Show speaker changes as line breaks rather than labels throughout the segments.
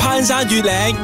翻山越嶺。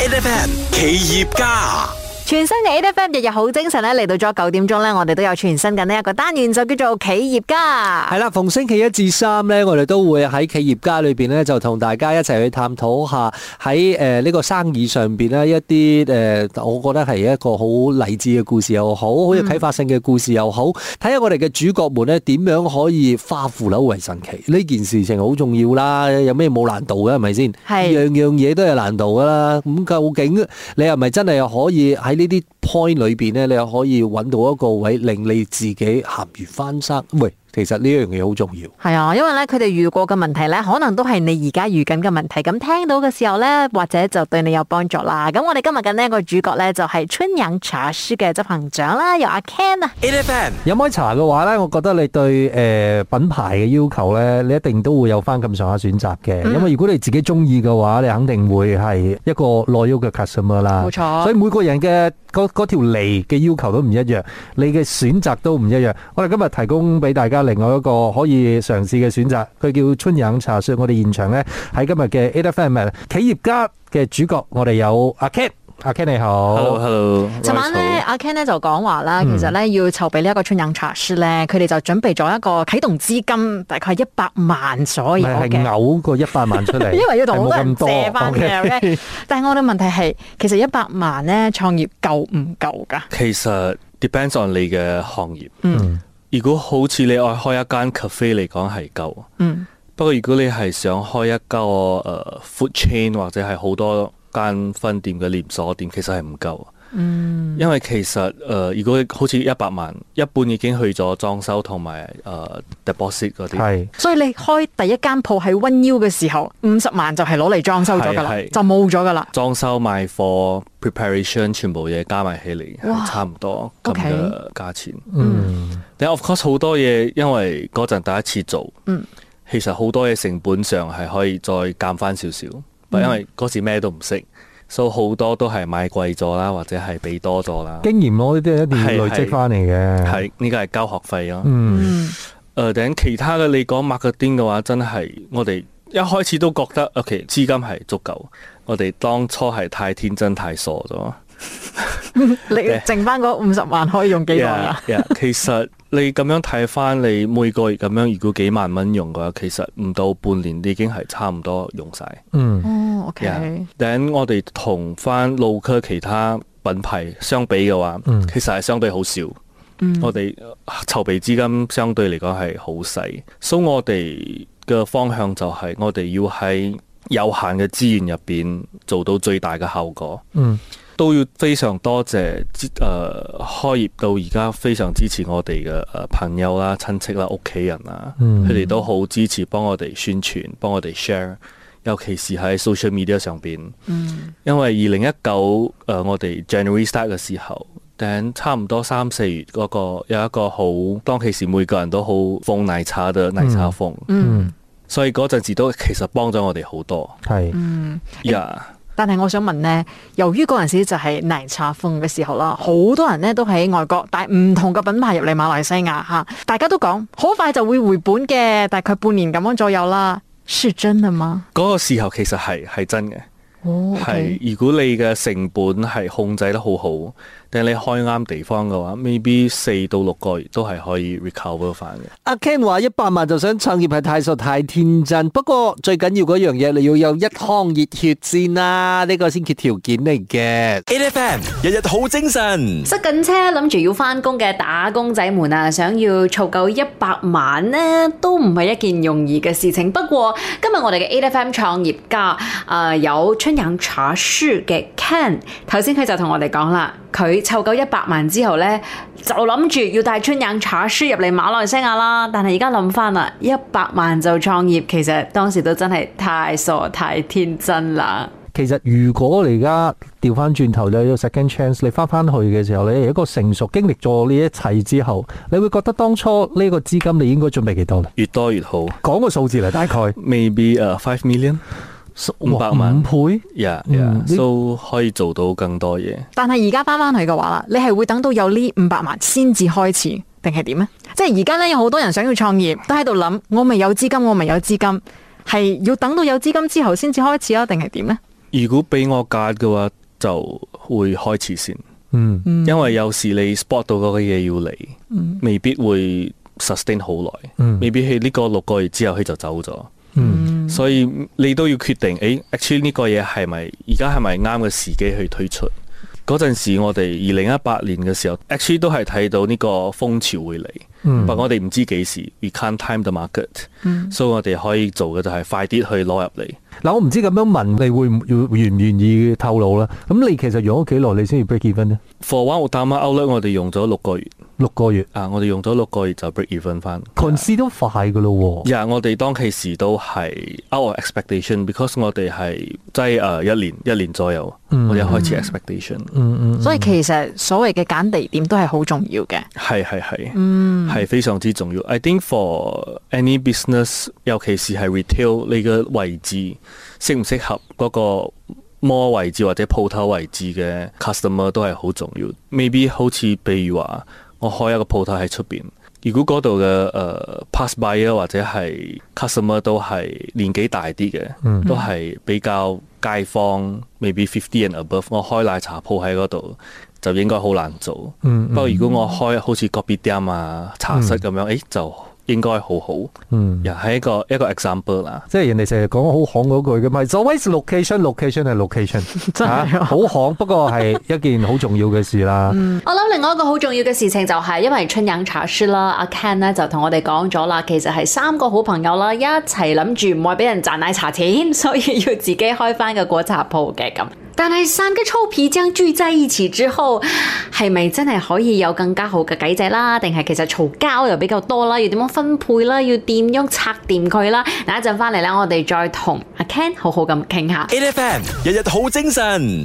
8FM 企業家，
全新嘅 A F M 日日好精神咧，嚟到咗九點鐘咧，我哋都有全新嘅呢一個單元，就叫做企業家。
系啦，逢星期一至三咧，我哋都會喺企業家裏边咧，就同大家一齊去探討下喺诶呢個生意上边咧一啲诶、呃我覺得係一個好勵志嘅故事又好，好有啟發性嘅故事又好，睇下我哋嘅主角們咧點樣可以化腐朽為神奇呢件事情好重要啦，有咩冇難度嘅係咪先？
係
樣樣嘢都有難度噶啦，咁究竟你係咪真係可以喺呢啲 point 裏邊咧，你又可以揾到一個位令你自己鹹魚翻身？喂，其實呢樣嘢好重要。
係啊，因為咧佢哋遇過嘅問題咧，可能都係你而家遇緊嘅問題。咁聽到嘅時候咧，或者就對你有幫助啦。咁我哋今日嘅呢一個主角咧，就係春陽茶室嘅執行長啦，由阿 Ken 啊。
8FM
飲開茶嘅話咧，我覺得你對誒、呃品牌嘅要求咧，你一定都會有翻咁上下選擇嘅。因為如果你自己中意嘅話，你肯定會係一個 loyal 嘅 customer 啦。
冇錯
所以每個人嘅嗰嗰條脷嘅要求都唔一樣，你嘅選擇都唔一樣。我哋今日提供俾大家另外一個可以嘗試嘅選擇，佢叫春飲茶雪。我哋現場咧喺今日嘅 A F M 企業家嘅主角，我哋有阿 Ken，阿 Ken 你好。
Hello，Hello。
尋晚咧，阿 Ken 咧就講話啦，
嗯
其實咧要籌備呢一個春陽茶室咧，佢哋就準備咗一個啟動資金，大概一百萬左右
咪係
嘅。
嘔個一百萬出 嚟，
因為要同好多人
係冇咁多
借翻
OK
嘅，OK？但係 我嘅問題係，其實一百萬咧創業夠唔夠㗎？
其實 depends on 你嘅行業。
嗯
如果好似你愛開一間 cafe 嚟講係夠，
嗯
不過如果你係想開一個誒、呃 food chain 或者係好多間分店嘅連鎖店，其實係唔夠。嗯，因為其實誒、呃如果好似一百萬，一半已經去咗裝修同埋誒 deposit 嗰啲。
係
所以你開第一間鋪喺 One U 嘅時候，五十萬就係攞嚟裝修咗㗎啦
係，係
就冇咗㗎啦。
裝修賣貨、preparation 全部嘢加埋起嚟，係差唔多咁
OK
嘅價錢。
嗯
但 of course 好多嘢，因為嗰陣第一次做，
嗯
其實好多嘢成本上係可以再減翻少少，但因為嗰時咩都唔識，所以好多都係買貴咗啦，或者係俾多咗啦。
經驗咯，呢啲一定要累積翻嚟嘅。
係呢個係交學費咯。
啊嗯
嗯，
誒，等其他嘅你講 marketing 嘅話，真係我哋一開始都覺得 OK 資金係足夠，我哋當初係太天真太傻咗。
你剩翻嗰五十萬可以用幾耐啊？
Yeah, yeah, 其實你咁樣睇翻，你每個月咁樣，如果幾萬蚊用嘅話，其實唔到半年已經係差唔多用晒。
嗯
哦，OK，
Yeah. Then 我哋同翻路區其他品牌相比嘅話，
嗯
其實係相對好少。
嗯
我哋呃籌備資金相對嚟講係好細，所以我哋嘅方向就係我哋要喺有限嘅資源入邊做到最大嘅效果。
嗯
都要非常多謝支誒、呃、開業到而家非常支持我哋嘅誒朋友啦、親戚啦、屋企人啦，
嗯
佢哋、都好支持幫我哋宣傳、幫我哋 share，尤其是喺 social media 上邊。
嗯
因為二零一九誒我哋 January start 嘅時候，等差唔多三四月嗰、個有一個好當其時每個人都好瘋奶茶嘅奶茶風，
嗯
嗯
所以嗰陣時都其實幫咗我哋好多。
係
嗯。
呀、
但係我想問呢，由於嗰陣時就係奶茶風嘅時候啦，好多人呢都喺外國帶唔同嘅品牌入嚟馬來西亞嚇，大家都講好快就會回本嘅，大概半年咁樣左右啦。是真的嗎？
嗰、個時候其實係係真嘅。
哦
係，如果你嘅成本係控制得好好，但係你開啱地方嘅話，maybe 四到六個月都係可以 recover 翻嘅。
阿 Ken 話一百萬就想創業係太傻太天真，不過最緊要嗰樣嘢你要有一腔熱血先啦，呢、個先決條件嚟嘅。
8FM 日日好精神。
塞緊車，諗住要翻工嘅打工仔們啊，想要儲夠一百萬呢，都唔係一件容易嘅事情。不過今日我哋嘅 A F M 創業家啊、呃有春陽茶室嘅 Ken，頭先佢就同我哋講啦，佢湊夠一百萬之後呢，就諗住要帶春陽茶室入嚟馬來西亞啦。但係而家諗翻啦，一百萬就創業，其實當時都真係太傻太天真啦。
其實如果你而家調翻轉頭，你有 second chance，你翻翻去嘅時候，你一個成熟經歷咗呢一切之後，你會覺得當初呢個資金你應該準備幾多咧？
越多越好
講個數字嚟，大概
，maybe 誒 five million，五百萬
五倍。
yeah
嗯
yeah，都可以做到更多嘢。
但係而家翻翻去嘅話啦，你係會等到有呢五百萬先至開始，定係點呢？即係而家呢，有好多人想要創業，都喺度諗，我未有資金，我未有資金，係要等到有資金之後先至開始啊，定係點呢？
如果俾我揀嘅話，就會開始先，
嗯，
因為有時你 spot 到嗰個嘢要嚟，未必會 sustain 好耐，
嗯
未必喺呢個六個月之後佢就走咗。
嗯
所以你都要決定，誒，actually 呢個嘢係咪而家係咪啱嘅時機去推出？嗰陣時我哋二零一八年嘅時候，actually 都係睇到呢個風潮會嚟，
嗯
但我哋唔知幾時，we can't time the market，所以我哋可以做嘅就係快啲去攞入嚟。
嗱，我唔知咁樣問你會唔會願唔願意透露啦？咁你其實用咗幾耐你先至 break even 呢？
For one 我打孖 out 咧，我哋用咗六個月
六個月
啊，我哋用咗六個月就 break even 翻。
，concede 都快噶咯喎。
呀我哋當其時都係 out of expectation，because 我哋係即係誒一年一年左右，
嗯
我哋開始 expectation。
嗯嗯。
所以其實所謂嘅揀地點都係好重要嘅。
係係係，
嗯
係非常之重要。I think for any business，尤其是係 retail，你嘅位置適唔適合嗰個 mall 位置或者鋪頭位置嘅 customer 都係好重要。未必好似譬如話，我開一個鋪頭喺出邊，如果嗰度嘅誒 pass by 啊或者係 customer 都係年紀大啲嘅，
嗯
都係比較街坊，maybe fifty and above，我開奶茶鋪喺嗰度。就應該好難做。
嗯
不過如果我開好似個別店啊、茶室咁樣，誒、就應該好好。
嗯
又係一個一個 example 啦。
即係人哋成日講好行嗰句嘅嘛，it's always location，location 係 location，
真係啊
嚇好行，不過係一件好重要嘅事啦。
我諗另外一個好重要嘅事情就係，因為春飲茶書啦，阿 Ken 咧就同我哋講咗啦，其實係三個好朋友啦，一齊諗住唔會俾人賺奶茶錢， 所以要自己開翻個果茶鋪嘅咁。但係三個臭皮匠聚在一起之後，係咪真係可以有更加好嘅計仔啦？定係其實嘈交又比較多啦？要點樣分配啦？要點樣拆掂佢啦？嗱，一陣翻嚟咧，我哋再同阿 Ken 好好咁傾下。
A F M 日日好精神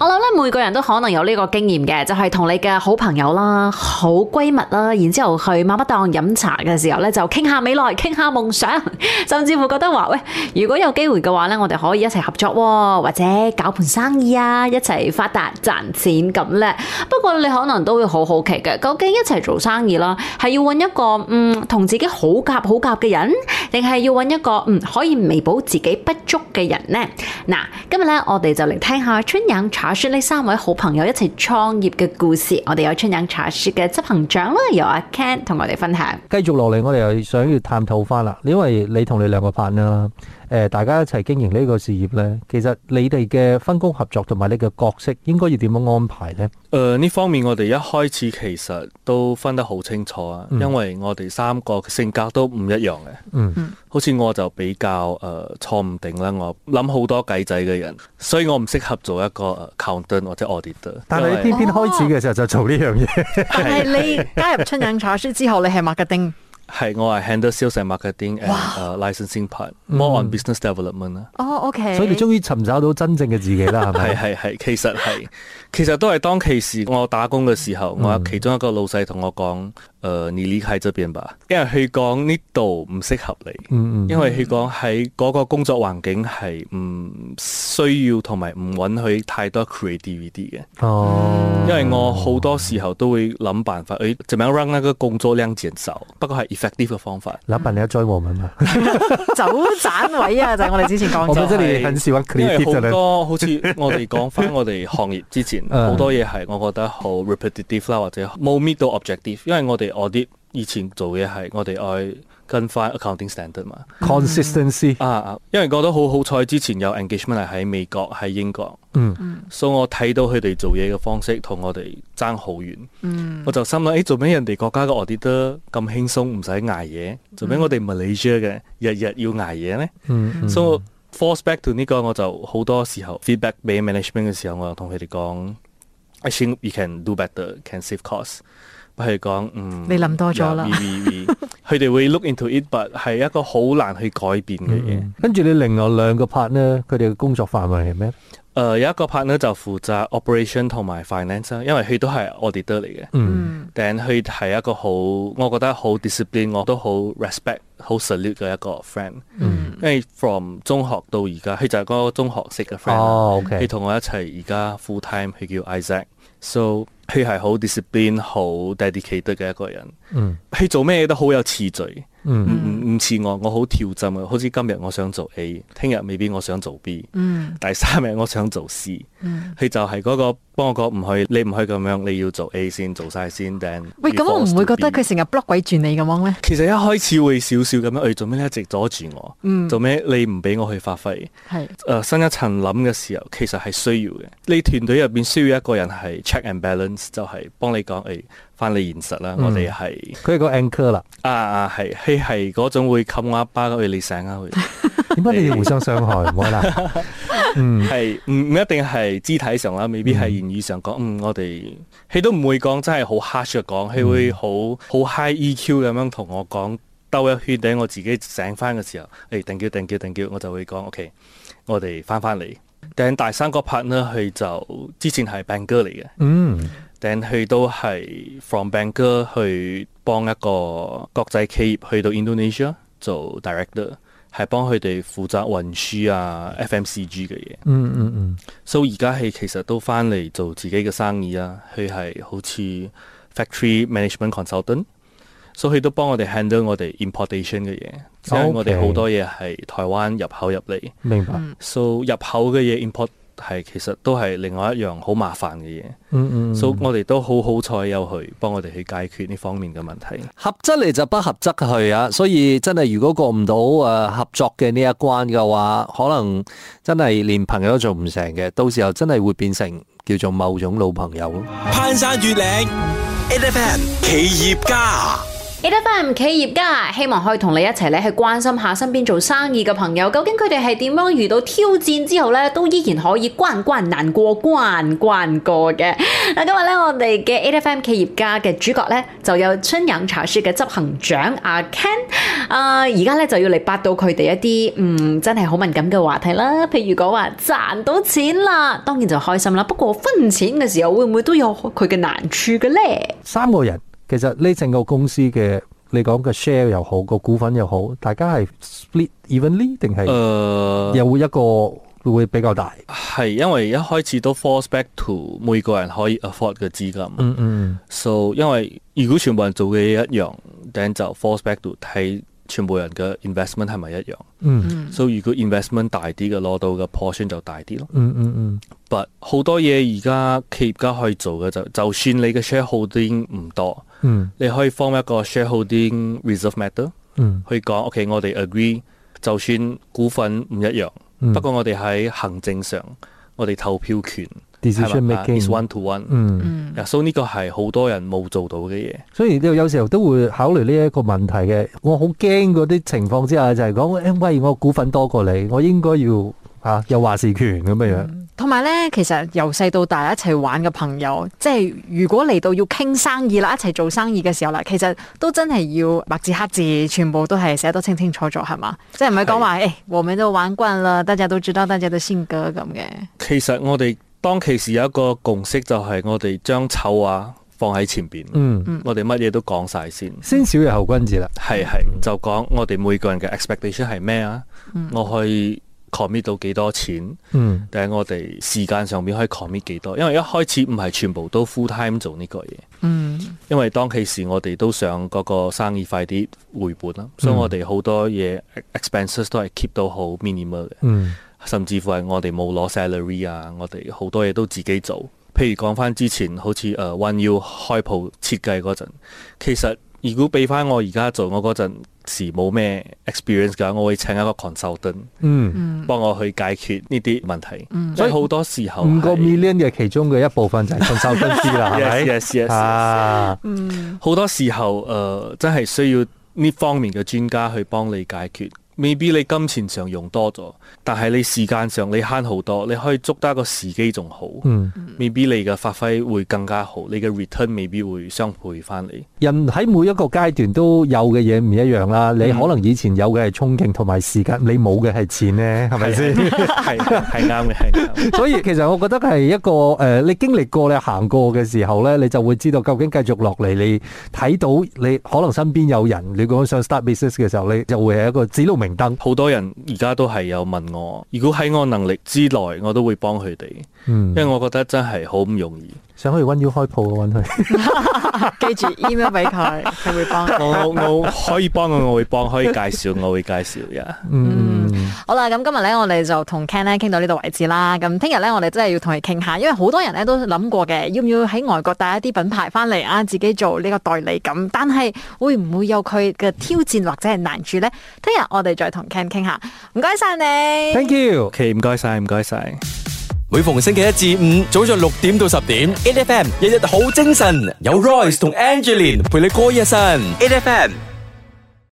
我諗咧，每個人都可能有呢個經驗嘅，就係、同你嘅好朋友啦、好閨蜜啦，然之後去媽媽檔飲茶嘅時候咧，就傾下未來、 傾下夢想，甚至乎覺得話喂，如果有機會嘅話咧，我哋可以一齊合作喎，或者搞盤生意啊，一齊發達賺錢咁咧。不過你可能都會好好奇嘅，究竟一齊做生意啦，係要揾一個嗯同自己好夾好夾嘅人，定係要揾一個嗯可以彌補自己不足嘅人呢？嗱，今日咧我哋就嚟聽下春陽茶書呢三位好朋友一齊創業嘅故事。我哋有春陽茶書嘅執行長啦，由阿 Ken 同我哋分享。
繼續落嚟，我哋又想要探討翻啦，因為你同你兩個 partner 啦，誒，大家一齊經營呢個事業咧，其實你哋嘅分工合作同埋你嘅角色應該要點樣安排咧？
誒呃呢、方面，我哋一開始其實都分得好清楚啊，因為我哋三個性格都唔一樣嘅。
嗯
好似我就比較誒、呃、錯唔定啦，我諗好多計仔嘅人，所以我唔適合做一個呃 accountant 或者 auditor
但
因為。
係你偏偏開始嘅時候就做呢樣嘢，
但係你加入春飲茶書之後，你係麥格丁，
係我係 handle sales and marketing and、呃
嗯
licensing part，more on business development 啦。
哦，OK，
所以你終於尋找到真正嘅自己啦，係
係
啊
咪？
係係，其實係，其實都係當其時我打工嘅時候，
嗯
我其中一個老細同我講：，誒、呃你離開這邊吧，因為佢講呢度唔適合你，
嗯
因為佢講喺嗰個工作環境係唔需要同埋唔允許太多 creativity 嘅，
嗯，哦，
因為我好多時候都會諗辦法，誒、怎麼樣讓那個工作量減少，不過係 effective 嘅方法。
老闆你要追我們嘛？
嗯
走盞位啊，就係我哋之前講
啊我
咗
們。
哦
這裡很喜歡
因為
creative
好
的人。
嗯
多好似我哋講翻我哋行業之前，
嗯
好多嘢係我覺得好 repetitive 啦，或者冇 meet 到 objective。因為我哋我啲以前做嘢係我哋愛跟翻 accounting standard 嘛。
consistency，
啊啊，因為覺得好好彩，之前有 engagement 係喺美國、喺英國，
嗯
所以我睇到佢哋做嘢嘅方式同我哋爭好遠。我就心諗，誒、做咩人哋國家嘅 auditor 咁輕鬆，唔使捱嘢？做咩我哋 Malaysia 嘅日日要捱嘢呢？
嗯嗯，
So force back to 呢個，我就好多時候 feedback 俾 management 嘅時候，我就同佢哋講，I think you can do better, can save cost。佢哋講，嗯，
你諗多咗啦
yeah, we- we- we- 佢哋會 look into it，but 係一個好難去改變嘅嘢。
嗯
誒、
跟住你另外兩個 partner，佢哋嘅工作範圍係咩？
有一個 partner 就負責 operation 同埋 finance 啦，因為佢都係 auditor 嚟嘅。
嗯
但佢係一個好，我覺得好 discipline，我都好 respect、好 salute 嘅一個 friend。因
嗯
為 from 中學到而家，佢就係嗰個中學識嘅
啊
friend 啦。
哦，OK
佢同我一齊而家 full time，佢叫 Isaac，so 佢係好 discipline、好 dedicated 嘅一個人。
嗯
佢做咩嘢都好有次序，唔唔唔似我，我好跳針啊嘅，好似今日我想做 A，聽日未必我想做 B，第
嗯
三日我想做 C，佢就係嗰個幫我講唔去，你唔去咁樣，你要做 A 先，做晒先，then
喂，咁
you
我唔
forced
會
to
覺得
B
佢成日 block 鬼住你咁樣咧？
其實一開始會少少咁樣，誒做咩你一直阻住我？
嗯
做咩你唔俾我去發揮？
係
誒、呃新一層諗嘅時候，其實係需要嘅。你團隊入邊需要一個人係 check and balance，就係幫你講誒翻你現實啦。我哋係
佢係個 anchor 啦，
啊啊係，佢係嗰種會冚我一巴，誒你醒啊佢。
點解你哋互相傷害？唔好啦，
係唔唔一定係肢體上啦，未必係言語上講。嗯，我哋佢都唔會講真係好 harsh 嘅講，佢會好好 high EQ 咁樣同我講兜一圈，等我自己醒翻嘅時候，誒定叫定叫定叫，我就會講 OK，我哋翻翻嚟。但第三個 part 呢，佢就之前係 band 哥嚟嘅，
嗯，
但佢都係 from band 哥去幫一個國際企業去到 Indonesia 做 director，係幫佢哋負責運輸啊 FMCG 嘅嘢。
嗯嗯嗯，
所以而家係其實都翻嚟做自己嘅生意啦。佢係好似 factory management consultant，所以佢都幫我哋 handle 我哋 importation 嘅嘢，因為我哋
OK
好多嘢係台灣入口入嚟。
明白，
嗯
so 入口嘅嘢 import 係其實都係另外一樣好麻煩嘅嘢。
嗯嗯，
so 我哋都好好彩有佢幫我哋去解決呢方面嘅問題。
合則嚟就不合則去啊！所以真係如果過唔到誒合作嘅呢一關嘅話，可能真係連朋友都做唔成嘅，到時候真係會變成叫做某種老朋友咯。
攀山越嶺，8FM 企業家。
A. F. M. 企業家希望可以同你一齊咧去關心下身邊做生意嘅朋友，究竟佢哋係點樣遇到挑戰之後咧，都依然可以關關難過關關過嘅。嗱，今日咧我哋嘅 A. F. M. 企業家嘅主角咧就有春陽茶室嘅執行長阿 Ken，啊而家咧就要嚟八到佢哋一啲嗯真係好敏感嘅話題啦，譬如講話賺到錢啦，當然就開心啦。不過分錢嘅時候會唔會都有佢嘅難處嘅咧？
三個人其實呢整個公司嘅你講嘅 share 又好，個股份又好，大家係 split evenly 定
呃
係
誒
有會一個會比較大？
係因為一開始都 force back to 每個人可以 afford 嘅資金。
嗯嗯
So，因為如果全部人做嘅嘢一樣，then 就 force back to 睇全部人嘅 investment 係咪一樣。
嗯
So 如果 investment 大啲嘅，攞到嘅 portion 就大啲咯。
嗯嗯嗯
But 好多嘢而家企業家可以做嘅就，就算你嘅 shareholding 唔多，
嗯
你可以 form 一個 shareholding reserve matter
嗯
去講，OK，我哋 agree，就算股份唔一樣，
嗯
不過我哋喺行政上，我哋投票權係
decision
咪啊 is
making，
one to one。
嗯。
So 呢個係好多人冇做到嘅嘢。
所以你有時候都會考慮呢一個問題嘅。我好驚嗰啲情況之下就係講，誒喂，我股份多過你，我應該要啊、有話事權咁樣樣。
同埋咧，其實由細到大一齊玩嘅朋友，即係如果嚟到要傾生意啦，一齊做生意嘅時候啦，其實都真係要白字黑字，全部都係寫得清清楚楚，係嘛？即係唔係講話誒，哎我們都玩慣啦，大家都知道大家的性格咁嘅。
其實我哋當其時有一個共識，就係我哋將醜話放喺前邊，
嗯，
我哋乜嘢都講晒先。
先小人後君子啦。
係係，就講我哋每個人嘅 expectation 係咩啊？我可以 commit 到幾多錢？
嗯
定係我哋時間上面可以 commit 幾多？因為一開始唔係全部都 full time 做呢個嘢，
嗯
因為當其時我哋都想嗰個生意快啲回本啦，所以
嗯
我哋好多嘢 expenses 都係 keep 到好 minimal 嘅。
嗯
甚至乎係我哋冇攞 salary 啊，我哋好多嘢都自己做。譬如講翻之前，好似誒呃 One U 開鋪設計嗰陣，其實如果俾翻我而家做，我嗰陣時冇咩 experience 㗎，我會請一個 consultant
嗯，
幫我去解決呢啲問題。所以好多時候
五個
嗯哦係
million 嘅其中嘅一部分就係信受分支 啦，
Yes,
係
yes,
咪？
yes, yes.
啊，
好多時候誒、呃真係需要呢方面嘅專家去幫你解決。未必你金錢上用多咗，但係你時間上你慳好多，你可以捉得一個時機仲好。
嗯，
未必你嘅發揮會更加好，你嘅 return 未必會相配翻嚟。
人喺每一個階段都有嘅嘢唔一樣啦。你可能以前有嘅係衝勁同埋時間，你冇嘅係錢咧，係咪啊先？
係係啱嘅，係啱。
所以其實我覺得係一個誒、呃你經歷過你行過嘅時候咧，你就會知道究竟繼續落嚟，你睇到你可能身邊有人，你講想 start business 嘅時候，你就會係一個指路明明燈。
好多人而家都係有問我，如果喺我能力之內，我都會幫佢哋，
嗯
因為我覺得真係好唔容易。
想去温 U 開鋪啊，揾佢。
記住 email 俾佢，佢會幫。
我我可以幫嘅，我會幫；可以介紹，我會介紹嘅。
嗯，
好啦，咁今日咧，我哋就同 Ken 咧傾到呢度為止啦。咁聽日咧，我哋真係要同佢傾下，因為好多人咧都諗過嘅，要唔要喺外國帶一啲品牌翻嚟啊，自己做呢個代理咁。但係會唔會有佢嘅挑戰或者係難處呢？聽日我哋再同 Ken 傾下。唔該晒你
Thank you。
OK，唔該晒，唔該晒。
每逢星期一至五早上六點到十點，A F M 日日好精神，有 Royce 同 Angeline 陪你過一晨，A F M。